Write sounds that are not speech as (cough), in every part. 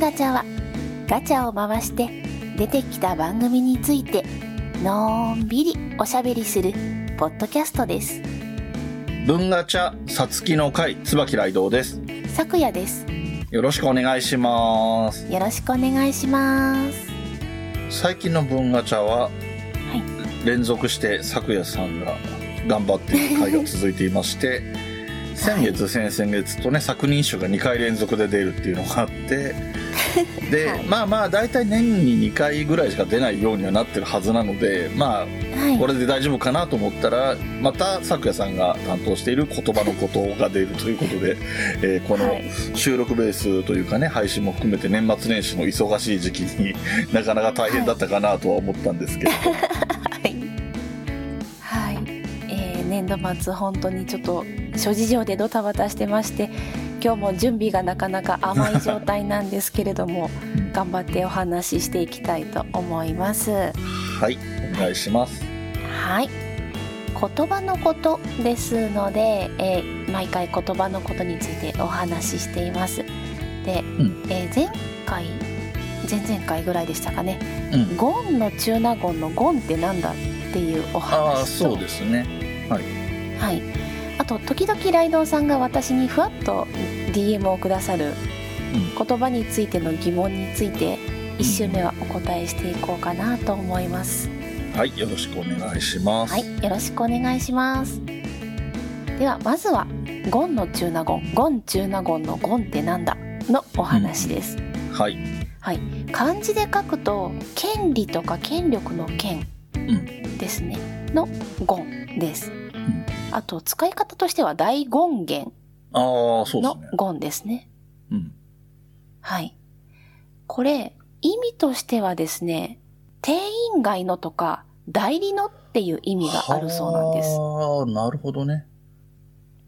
ガチャはガチャを回して出てきた番組についてのんびりおしゃべりするポッドキャストです文ガチャ、さつきの会、椿雷道です。さくやですよろしくお願いします。よろしくお願いします最近の文ガチャは、は連続して咲夜さんが頑張っている会が続いていまして、 (laughs) 先月、先々月とね、作人賞が2回連続で出るっていうのが (laughs) あって、で、はいまあまあ、大体年に2回ぐらいしか出ないようにはなってるはずなので、まあ、はいこれで大丈夫かなと思ったらまた咲夜さんが担当している言葉のことが出るということで、えーこはのい収録ベースというかね配信も含めて年末年始の忙しい時期になかなか大変だったかなとは思ったんです (laughs) けど、はい、はいえー年度末本当にちょっと諸事情でドタバタしてまして今日も準備がなかなか甘い状態なんですけれども頑張ってお話ししていきたいと思いますはいお願いしますはい言葉のことですので、えー毎回言葉のことについてお話ししていますで、んえー前回前々回ぐらいでしたかね「うんゴンの中納言の「ゴンってなんだっていうお話とああそうですねはい、あと時々ライドウさんが私にふわっと DM をくださる言葉についての疑問について1周目はお答えしていこうかなと思いますはいよろしくお願いしますはいよろしくお願いしますではまずは「ゴンの中納言」「ゴン中納言のゴンってなんだ?」のお話です、はい、漢字で書くと「権利」とか「権力の権」ですね、の「ゴン」です、んあと使い方としては「大権現」ああそうですのね、ゴンですね。うん、はい。これ、意味としてはですね、定員外のとか、代理のっていう意味があるそうなんです。ああなるほどね、。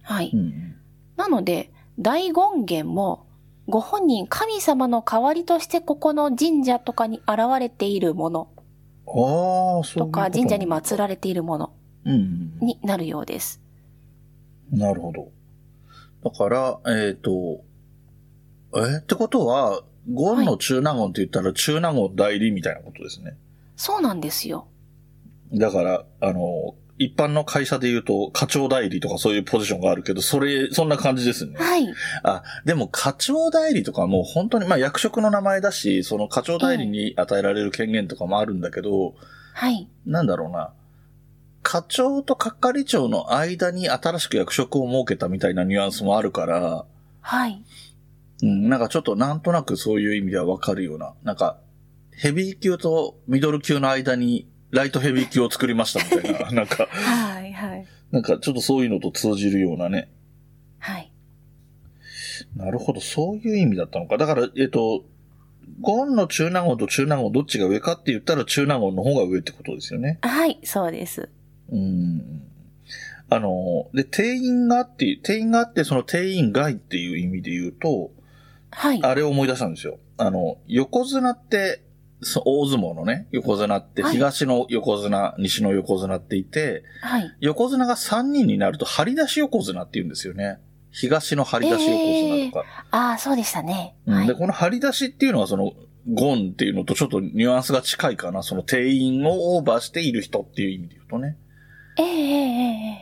はいうん、なので、大権現も、ご本人神様の代わりとしてここの神社とかに現れているものああそういうことか、神社に祀られているものうんになるようです。なるほど。だから、えっ、と、えってことは、ゴンの中納言って言ったら中納言代理みたいなことですね。そうなんですよ。だから、あの、一般の会社で言うと課長代理とかそういうポジションがあるけど、それ、そんな感じですね。はい。あ、でも課長代理とかもう本当に、まあ役職の名前だし、その課長代理に与えられる権限とかもあるんだけど、はい。なんだろうな。課長と係長の間に新しく役職を設けたみたいなニュアンスもあるから、はい。うん、なんかちょっとなんとなくそういう意味ではわかるような。なんか、ヘビー級とミドル級の間に、ライトヘビー級を作りましたみたいな。なんか、はい。はい。なんかちょっとそういうのと通じるようなね。はい。なるほど、そういう意味だったのか。だから、えっと、ゴンの中納言と中納言どっちが上かって言ったら中納言の方が上ってことですよね。はい。そうです。うん。あの、で、定員があって、定員があって、その定員外っていう意味で言うと、はい。あれを思い出したんですよ。あの、横綱って、そ大相撲のね、横綱って、はい東の横綱、西の横綱っていて、はい。横綱が3人になると、張り出し横綱って言うんですよね。東の張り出し横綱とか。ああ、そうでしたね。うんはいで、。この張り出しっていうのは、その、ゴンっていうのとちょっとニュアンスが近いかな。その定員をオーバーしている人っていう意味で言うとね。えええええ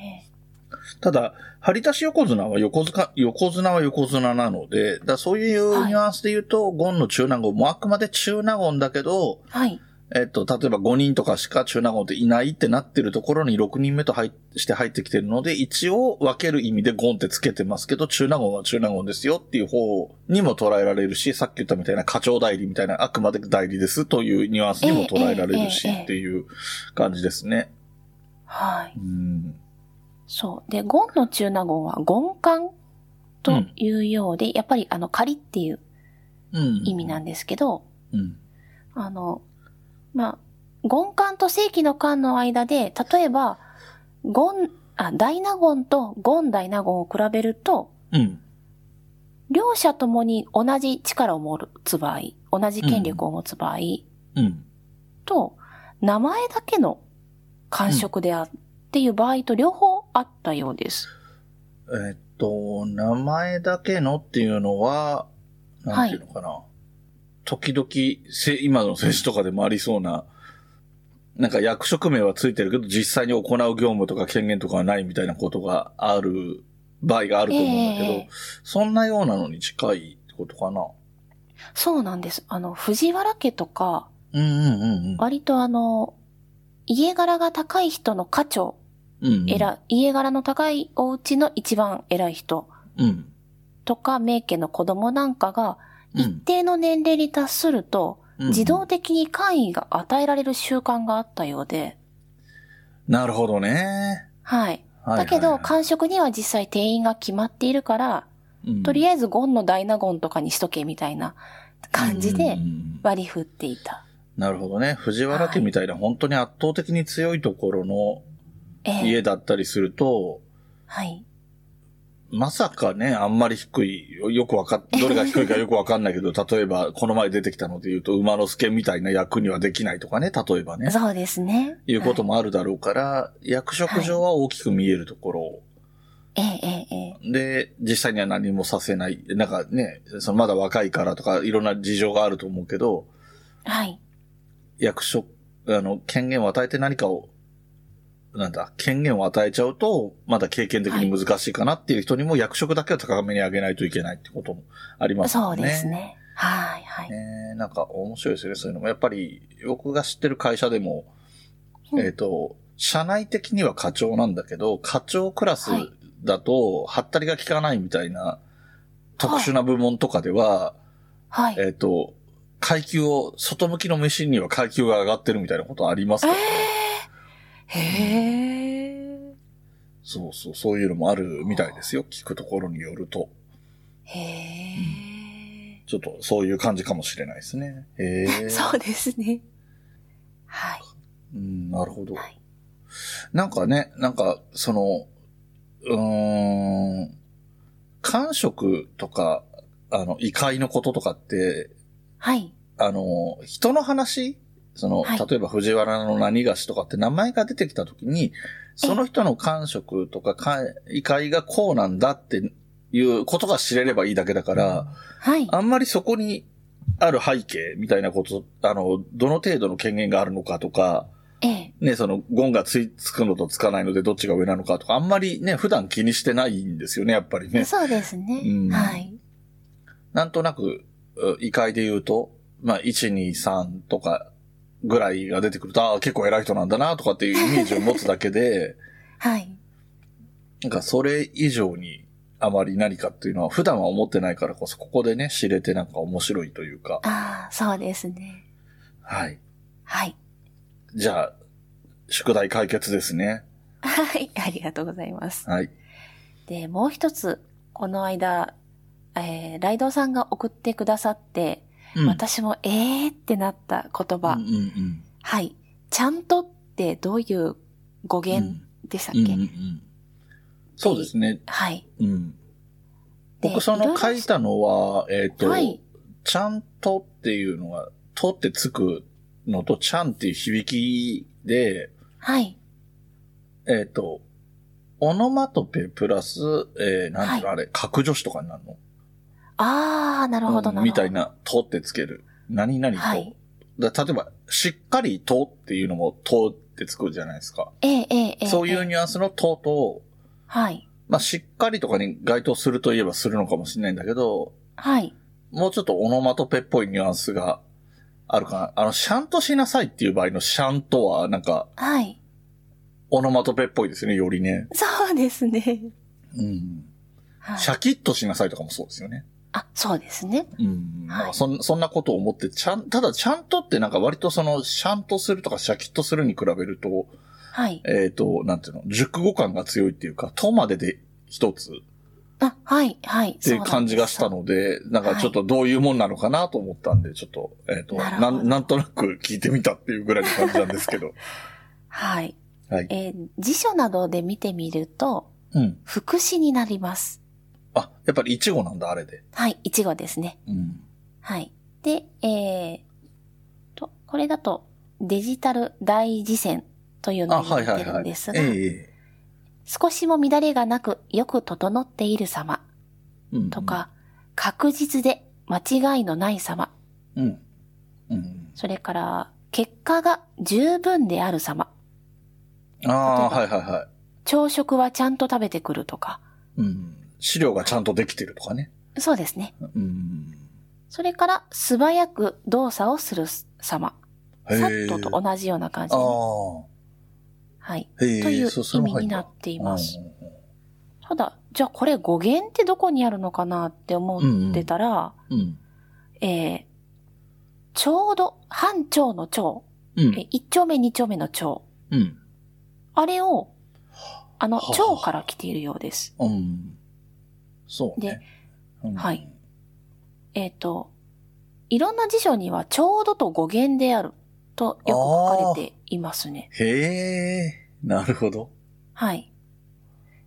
ただ、張り出し横綱は横綱、横綱は横綱なので、だからそういうニュアンスで言うと、ゴンの中納言もあくまで中納言だけど、えはい。えっと、例えば5人とかしか中納言っていないってなってるところに6人目と入っして入ってきてるので、一応分ける意味でゴンってつけてますけど、中納言は中納言ですよっていう方にも捉えられるし、さっき言ったみたいな課長代理みたいな、あくまで代理ですというニュアンスにも捉えられるしええええっていう感じですね。はい。うん。そう。で、ゴンの中納言は、ゴン官というようで、やっぱり、あの、仮っていううん。意味なんですけど、うん。あの、まあ、ゴン官と正規の官の間で、例えば、ゴン、あ、大納言とゴン大納言を比べると、うん。両者ともに同じ力を持つ場合、同じ権力を持つ場合うん。と、名前だけの官職であっていう場合と両方あったようです。えっと、名前だけのっていうのは、なんていうのかな。時々、せ今の政治とかでもありそうな、なんか役職名はついてるけど、実際に行う業務とか権限とかはないみたいなことがある場合があると思うんだけど、ええそんなようなのに近いってことかな。そうなんです。あの、藤原家とか、うんうんうん割とあの、家柄が高い人の家長、うん。うんうんえら、家柄の高いお家の一番偉い人うん。とか、名家の子供なんかが、うん一定の年齢に達すると、うん自動的に官位が与えられる習慣があったようで、なるほどね。はい。はいはいはだいけど、官職には実際定員が決まっているから、とりあえずゴンの大納言とかにしとけみたいな感じうでんうんうん割り振っていた。なるほどね。藤原家みたいな本当に圧倒的に強いところのええ家だったりすると、はい。まさかね、あんまり低い、よよくわ (laughs) かっ、どれが低いかよくわかんないけど、例えば、この前出てきたので言うと、馬之助みたいな役にはできないとかね、例えばね、そうですね。いうこともあるだろうから、役職上は大きく見えるところええええええで、実際には何もさせない。なんかね、そのまだ若いからとか、いろんな事情があると思うけど、はい。役職、あの、権限を与えて何かを、なんだ、権限を与えちゃうと、まだ経験的に難しいかなっていう人にも役職だけは高めに上げないといけないってこともありますそようね。です。ね。はい、はい。ねえなんか面白いですよね、そういうのも。やっぱり、僕が知ってる会社でも、うんえっ、と、社内的には課長なんだけど、課長クラスだと、はったりが効かないみたいな、特殊な部門とかでは、はい。えっ、と、階級を、外向きの飯には階級が上がってるみたいなことありますえよえへえ。そうそう、そういうのもあるみたいですよ。聞くところによると。へちょっとそういう感じかもしれないですね。へえ。え。 (laughs) そうですね。はい。うん、なるほどはい。なんかね、なんか、その、うーん、感触とか、あの、異界のこととかって、はい。あの、人の話その、はい例えば藤原の何菓子とかって名前が出てきたときに、その人の感触とかか異界がこうなんだっていうことが知れればいいだけだから、はい。あんまりそこにある背景みたいなこと、あの、どの程度の権限があるのかとか、ええ。ね、その、ゴンがついつくのとつかないのでどっちが上なのかとか、あんまりね、普段気にしてないんですよね、やっぱりね。そうですね。うんはい。なんとなく、う異界で言うと、まあ、1、2、3とかぐらいが出てくると、ああ、結構偉い人なんだな、とかっていうイメージを持つだけで、 (laughs) はい。なんかそれ以上にあまり何かっていうのは普段は思ってないからこそ、ここでね、知れてなんか面白いというか、ああ、そうですね。はい。はい。じゃあ、宿題解決ですね。はい。 (laughs) ありがとうございます。はい。で、もう一つ、この間、えー、ライドさんが送ってくださって、うん私もえーってなった言葉、うんうんうん。はい。ちゃんとってどういう語う源んでしたっうんうんけ、うんそうですね。はい。うん。で僕そいろのいろ書いたのは、えっ、と、はい。ちゃんとっていうのが、とってつくのと、ちゃんっていう響きで、はい。えっ、と、オノマトペプラス、えー、なんていうの、はあれ、格助詞とかになるのあー、なるほどなうるほど。んみたい。な、とってつける。何々と。はいだ例えば、しっかりとっていうのも、とってつくじゃないですか。ええええええそういうニュアンスのとと、はい。まあ、しっかりとかに該当するといえばするのかもしれないんだけど、はい。もうちょっとオノマトペっぽいニュアンスがあるかな。あの、シャンとしなさいっていう場合のシャンとは、なんか、はい。オノマトペっぽいですね、よりね。そうですね。うん。はい、シャキッとしなさいとかもそうですよね。あ、そうですね。うん。はいなんかそんそんなことを思って、ちゃん、ただ、ちゃんとってなんか割とその、シャンとするとかシャキッとするに比べると、はい。えっ、と、なんていうの、熟語感が強いっていうか、とまでで一つっあ、はい、はい。っていう感じがしたので、なんかちょっとどういうもんなのかなと思ったんで、ちょっと、えっ、となるほなどん、なんとなく聞いてみたっていうぐらいの感じなんです (laughs) けど。はい。はい。えー辞書などで見てみると、うん。副詞になります。あ、やっぱりイチゴなんだ、あれで。はい、一語ですね。うん。はい。で、えー、と、これだと、デジタル大辞典というのあ、を言はいはっているはんい。ですが、え少しも乱れがなく、よく整っている様えうんとか、確実で間違いのない様うん。うん。それから、結果が十分である様。ああ、は例いはいは朝食はちゃんと食べてくるとか。い。うん。資料がちゃんとできてるとかね。そうですね。うん。それから、素早く動作をする様。へえさっとと同じような感じに。あはい。あ。へえ。というそ意れも味入にんだなっています。うんただ、じゃあこれ語源ってどこにあるのかなって思ってたら、うん。えー、ちょうど、半丁の丁、うえん。ー一丁目二丁目の丁、うん。あれを、あの、はあ蝶から来ているようです。うん。そうね。うんはい。えっ、と、いろんな辞書にはちょうどと語源であるとよく書かれていますね。へえ。なるほど。はい。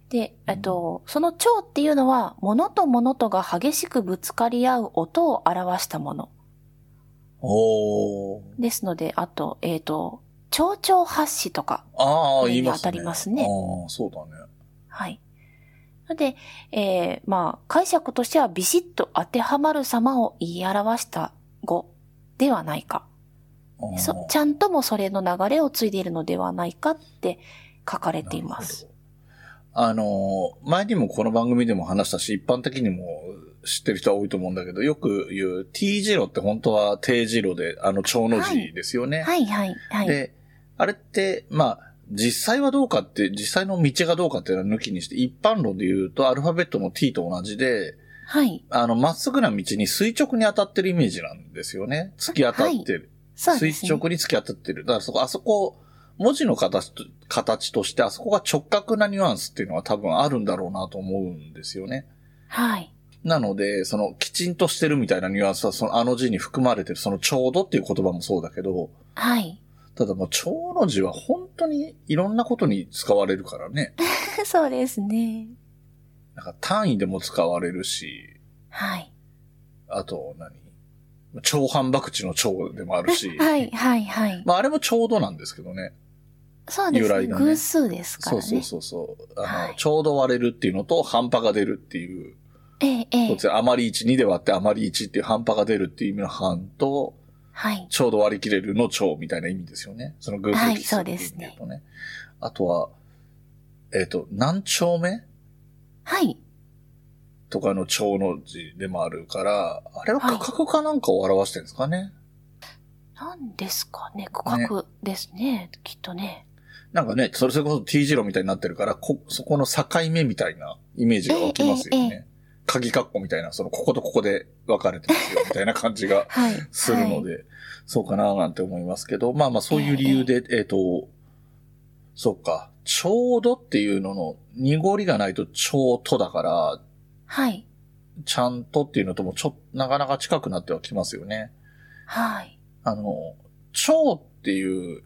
で、えっと、その蝶っていうのは、物と物とが激しくぶつかり合う音を表したもの。おお。ですので、あと、えっ、と、蝶々発子とか。あこあ、れに言いますね。当たりますねああ、そうだね。はい。ので、えーまあ、解釈としてはビシッと当てはまる様を言い表した語ではないか。ああそちゃんともそれの流れを継いでいるのではないかって書かれています。あの、前にもこの番組でも話したし、一般的にも知ってる人は多いと思うんだけど、よく言う T 字路って本当は定字路で、あの、長の字ですよね。はいはいはい。で、あれって、まあ、実際はどうかって、実際の道がどうかっていうのは抜きにして、一般論で言うとアルファベットの t と同じで、はい。あの、まっすぐな道に垂直に当たってるイメージなんですよね。突き当たってる。そうです垂ね。直に突き当たってる。だからそこ、あそこ、文字の形と形として、あそこが直角なニュアンスっていうのは多分あるんだろうなと思うんですよね。はい。なので、その、きちんとしてるみたいなニュアンスは、その、あの字に含まれてる、その、ちょうどっていう言葉もそうだけど、はい。 (laughs) ただもう、ちょうの字は本当にいろんなことに使われるからね。そうですね。なんか単位でも使われるし、はい。あと何、超反爆地の超でもあるし、 (laughs) はいはいはい。まあ、あれもちょうどなんですけどね。そうです由ね。来がね偶数ですからそうね。そうそうそう。あの、はいちょうど割れるっていうのと、半端が出るっていう、えええこえっち。で余り1、2で割って余り1っていう半端が出るっていう意味の半と、はい。ちょうど割り切れるの超みたいな意味ですよね。その偶数奇数っていう意味で言うとね。あとは、えっ、と、何丁目はい。とかの超の字でもあるから、あれは区画かなんかを表してるんですかね。なんですかね。区画ですね。きっとね。なんかね、それそれこそ T 字路みたいになってるから、こ、そこの境目みたいなイメージが起きますよええね。鍵括弧みたいな、その、こことここで分かれてますよ、みたいな感じがはい。するので、そうかななんて思いますけど、まあまあそういう理由で、えっ、と、そっか、ちょうどっていうのの濁りがないとちょうとだから、はい。ちゃんとっていうのともちょ、なかなか近くなってはきますよね。はい。あの、ちょうっていう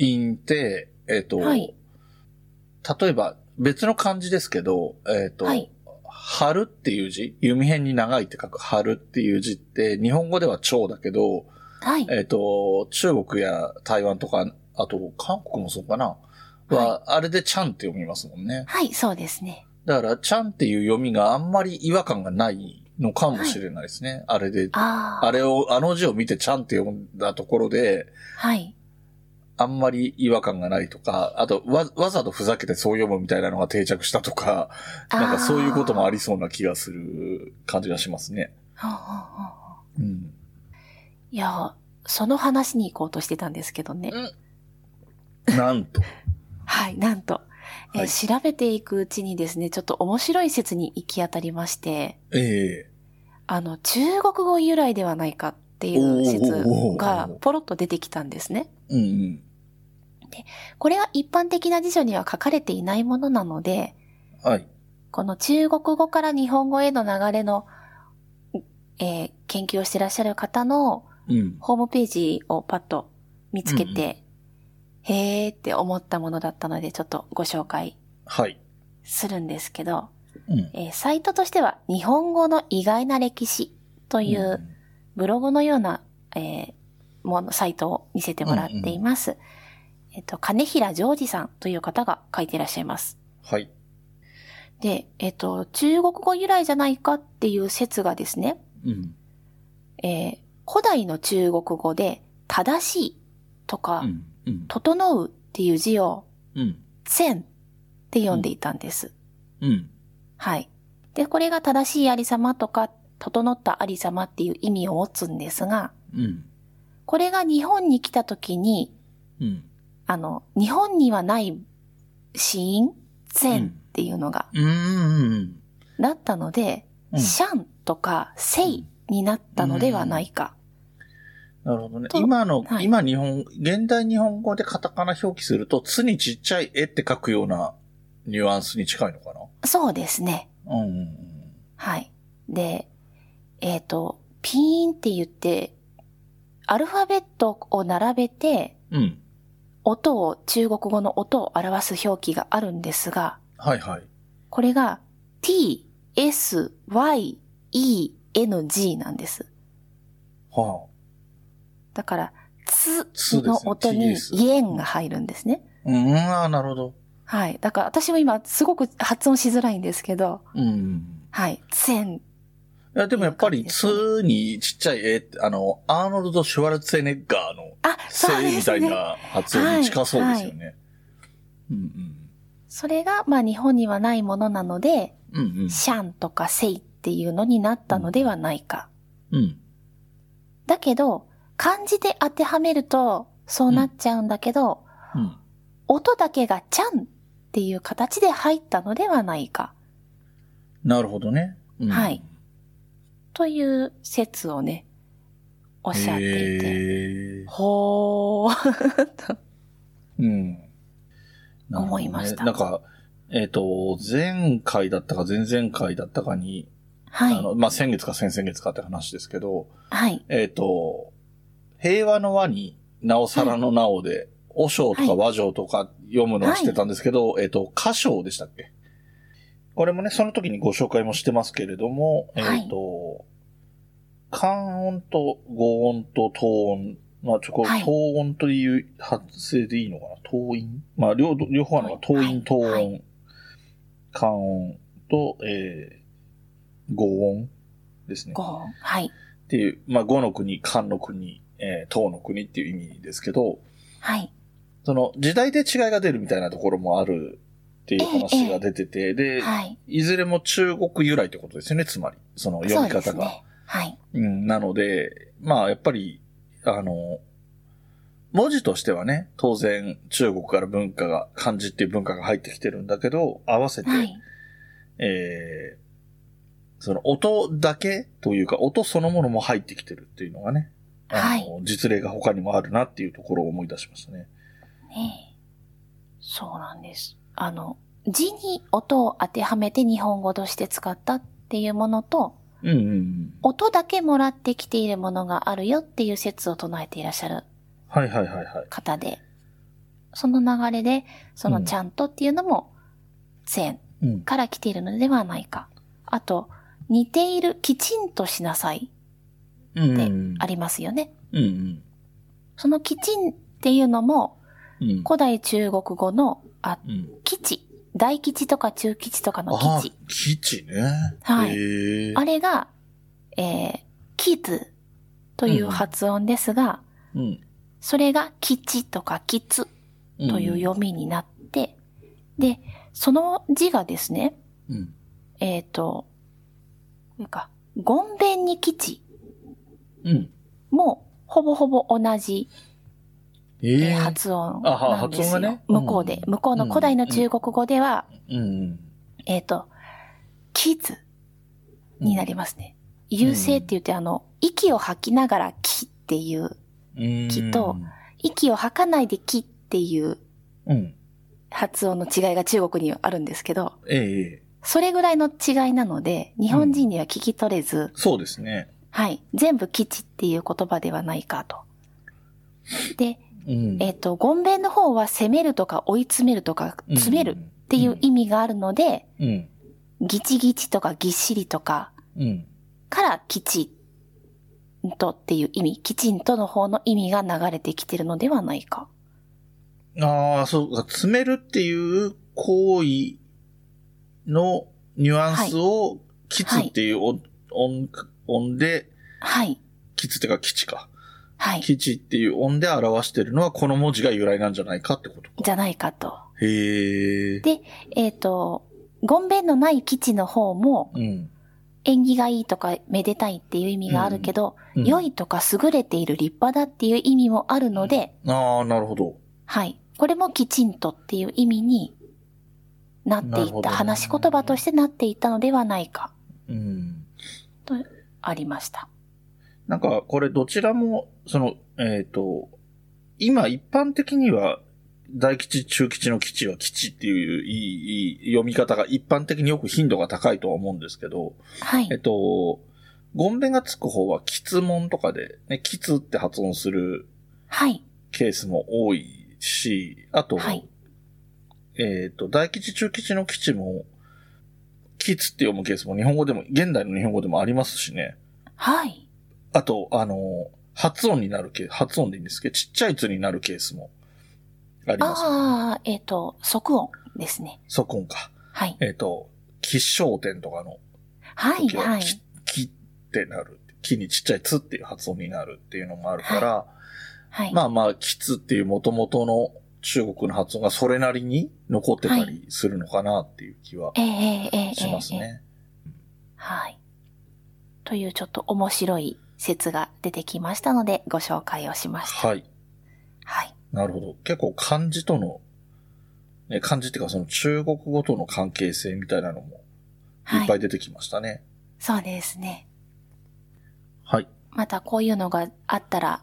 音って、えっ、と、はい例えば別の漢字ですけど、えっ、と、はい春っていう字、弓辺に長いって書く春っていう字って、日本語では蝶だけど、はい。えっ、と、中国や台湾とか、あと韓国もそうかな。は、あれでちゃんって読みますもんね。はい、そうですね。だから、ちゃんっていう読みがあんまり違和感がないのかもしれないですね。あれで、ああ。あれを、あの字を見てちゃんって読んだところで、はい。あんまり違和感がないとか、あと、わ、わざとふざけてそう読むみたいなのが定着したとか、なんかそういうこともありそうな気がする感じがしますね。あー。ほうほうほううん。いや、その話に行こうとしてたんですけどね。なん (laughs) と。はい、なんと。えーはい調べていくうちにですね、ちょっと面白い説に行き当たりまして、ええあの、中国語由来ではないかっていう説がポロッと出てきたんですね。うんうん。これは一般的な辞書には書かれていないものなので、はい。この中国語から日本語への流れの、えー研究をしてらっしゃる方のうん。ホームページをパッと見つけうんうて、へーって思ったものだったので、ちょっとご紹介はい。するんですけど、うん。えーサイトとしては、日本語の意外な歴史といんうブログのような、えーもの、サイトを見せてもらっています。えっと、金平ジョージさんという方が書いていらっしゃいます。はい。で、えっと、中国語由来じゃないかっていう説がですね、うん。えー古代の中国語で、正しいとか、うん。うん。整うっていう字を、うん。善って読んでいたんです。うん。はい。で、これが正しいありさまとか、整ったありさまっていう意味を持つんですが、うん。これが日本に来た時に、うん。あの、日本にはない死因、善っていうのが、うん。だったので、うんシャンとかセイになったのではないか。なるほどね。と今の、はい今日本、現代日本語でカタカナ表記すると、つにちっちゃい絵って書くようなニュアンスに近いのかそうですね。なうんうんはい。で、えっ、と、ピーンって言って、アルファベットを並べて、うん。うん。音を、中国語の音を表す表記があるんですが、はいはい。これが t, s, y, e, n, g なんです。はだから、つつですねの音に TS イエンが入るんですね。あ。うん、ああ、なるほど。はい。だから私も今すごく発音しづらいんですけど、うん。はい。つえん。いや、でもやっぱり、っていう感じつにちっちゃい絵って、あの、アーノルド・シュワルツェネッガーのあ、そうせいでみたすいね。な発音に近そうですよね。うんそれが、まあ日本にはないものなので、うん。うんうん。シャンとかセイっていうのになったのではないか。うん。だけど、漢字で当てはめるとそうなっちゃうんだけど、うん。音だけがちゃんっていう形で入ったのではないか。なるほどね。うんはい。という説をね、おっしゃっていて。へーほー。とうん。なるほどね思いましたなんか、えっ、と、前回だったか前々回だったかに、はあい。の、まあ、先月か先々月かって話ですけど、はい。えっ、と、平和の和に、なおさらのなおで、和尚とはかい和尚とか読むのをしてたんですけど、えっ、と、歌唱でしたっけこれもね、その時にご紹介もしてますけれども、えっ、はいと、関音と合音と東音、まあ、ちょ、こうはい東音という発声でいいのかな東音まあ、両、両方あるのが東はい音、東は音、関音と、えー、合音ですね。ごー。はい。っていう、まあ、五の国、漢の国、えー、唐の国っていう意味ですけど、はい。その時代で違いが出るみたいなところもあるっていう話が出てて、で、はい。いずれも中国由来ってことですよね、つまり。その読みそうで方すが。ね。はい。うん、なので、まあ、やっぱり、あの、文字としてはね、当然中国から文化が、漢字っていう文化が入ってきてるんだけど、合わせて、はい。えーその音だけというか、音そのものも入ってきてるっていうのがね、あの実例が他にもあるなっていうところを思い出しましたね。ねえそうなんです。あの、字に音を当てはめて日本語として使ったっていうものと、うんうんうん。音だけもらってきているものがあるよっていう説を唱えていらっしゃるはいはいはいはい。方で、その流れで、そのうんちゃんとっていうのも、善うん。から来ているのではないか。あと、似ている、きちんとしなさい、うんうんありますよね。うん。うんそのきちんっていうのも、うん。古代中国語の、あ、うん。基地、大基地とか中基地とかのあ基地。あ、基地ね。はいへえあれが、えー、キズという発音ですが、うん。それが基地とかキツうんという。読みになって、で、その字がですね、うん。えっ、と、なんか、ゴンベンに基地うん。もほぼほぼ同じ、ええーえ。発音なんですよ。あは発音がね向こうで、うん向こうの古代の中国語では、うんうん。えっ、と、キズになりますね。優勢って言って、あの、息を吐きながらキっていううん。きっと息を吐かないで木っていううん。発音の違いが中国にはあるんですけど、ええ。それぐらいの違いなので、日本人には聞き取れず、そうですね。はい、全部基地っていう言葉ではないかと。で、うん。えっ、と、ゴンベンの方は攻めるとか追い詰めるとかうん、詰めるっていう意味があるので、うん。ギチギチとかぎっしりとかうん。からきちんとっていう意味、きちんとの方の意味が流れてきてるのではないか。ああ、そうか。詰めるっていう行為のニュアンスを、きつっていう音、音、音ではい。キツってか基地か。はい。基地っていう音で表してるのはこの文字が由来なんじゃないかってことか。じゃないかと。へえ。えっ、と、ゴンベンのない基地の方も、うん。縁起がいいとかめでたいっていう意味があるけど、うん良いとか優れている立派だっていう意味もあるので、ああ、なるほど。はい。これもきちんとっていう意味になってないるほっどた、ね話し言葉としてなっていったのではないか、うん。ありました。なんか、これどちらも、その、えっ、と、今一般的には、大吉、中吉の吉は吉っていういいいい読み方が一般的によく頻度が高いとは思うんですけど、はえっい。と、ゴンベがつく方は吉門とかで、ね、吉って発音するはい。ケースも多いし、あと、はい。えっ、と、大吉、中吉の吉も、吉って読むケースも日本語でも、現代の日本語でもありますしね。はい。あと、あの、発音になるケース、発音でいいんですけど、ちっちゃいつになるケースもあります、ああ、えっ、と、即音ですね。即音か。はい。えっ、と、吉祥天とかのはい、時は、はい。ききってなる。木にちっちゃいつっていう発音になるっていうのもあるから、はい。まあまあ、きつっていう元々の中国の発音がそれなりに残ってたりするのかなっていう気はええええええしますええね。はい。というちょっと面白い説が出てきましたので、ご紹介をしました。はい。はい。なるほど。結構漢字との、ね、漢字っていうかその中国語との関係性みたいなのもいっはぱい。い出てきましたね。そうですね。はい。またこういうのがあったら、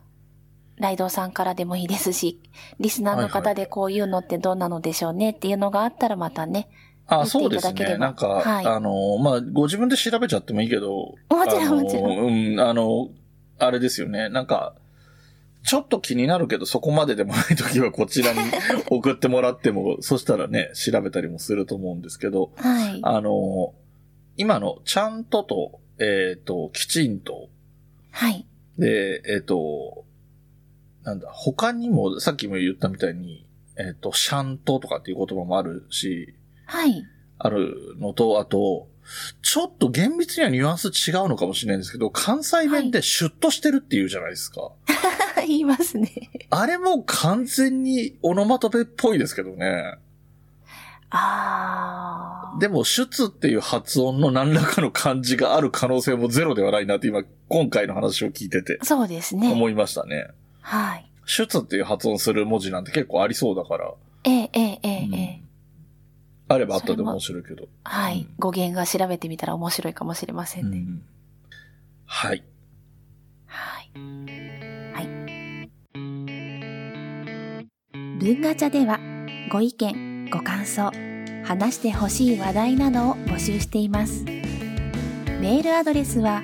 ライドウさんからでもいいですし、 (laughs) リスナーの方でこういうのってどうなのでしょうねっていうのがあったらまたね。あ、見てそいうでたすだけれね。ばなんか、はいあの、まあ、ご自分で調べちゃってもいいけど。もちろんあのもちろんうん、あの、あれですよね。なんか、ちょっと気になるけど、そこまででもないときはこちらに (laughs) 送ってもらっても、そしたらね、調べたりもすると思うんですけど、はい。あの、今の、ちゃんとと、えっ、と、きちんと、はい。で、えっ、と、なんだ、他にも、さっきも言ったみたいに、えっ、と、シャンととかっていう言葉もあるし、はい。あるのと、あと、ちょっと厳密にはニュアンス違うのかもしれないんですけど、関西弁でシュッとしてるって言うじゃないですか。言いますね。あれも完全にオノマトペっぽいですけどね。あー。でも、シュツっていう発音の何らかの漢字がある可能性もゼロではないなって今、今回の話を聞いててそうですね。思いましたね。はい。シュツっていう発音する文字なんて結構ありそうだから。ええええええうんええあればあったで面白いけど。はういん。語源が調べてみたら面白いかもしれませんね。うんはい。はい。はい。文ガチャでは、ご意見、ご感想、話してほしい話題などを募集しています。メールアドレスは、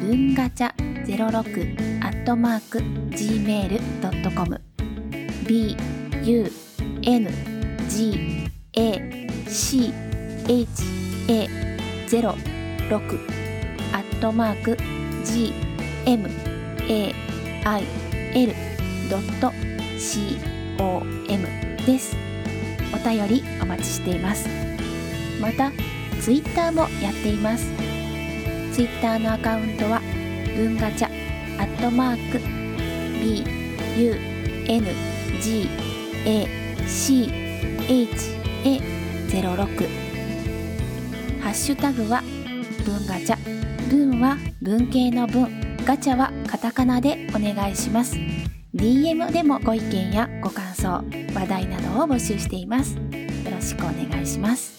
文ガチャ06アットマーク gmail.com b u n g a c h a 06アットマーク gmail.com です。お便りお待ちしています。また、ツイッターもやっています。ツイッターのアカウントは、文ガチャ、アットマーク、b, u, n, g, a, c, h, a, 06。ハッシュタグは、文ガチャ。文は文系の文、ガチャはカタカナでお願いします。DM でもご意見やご感想、話題などを募集しています。よろしくお願いします。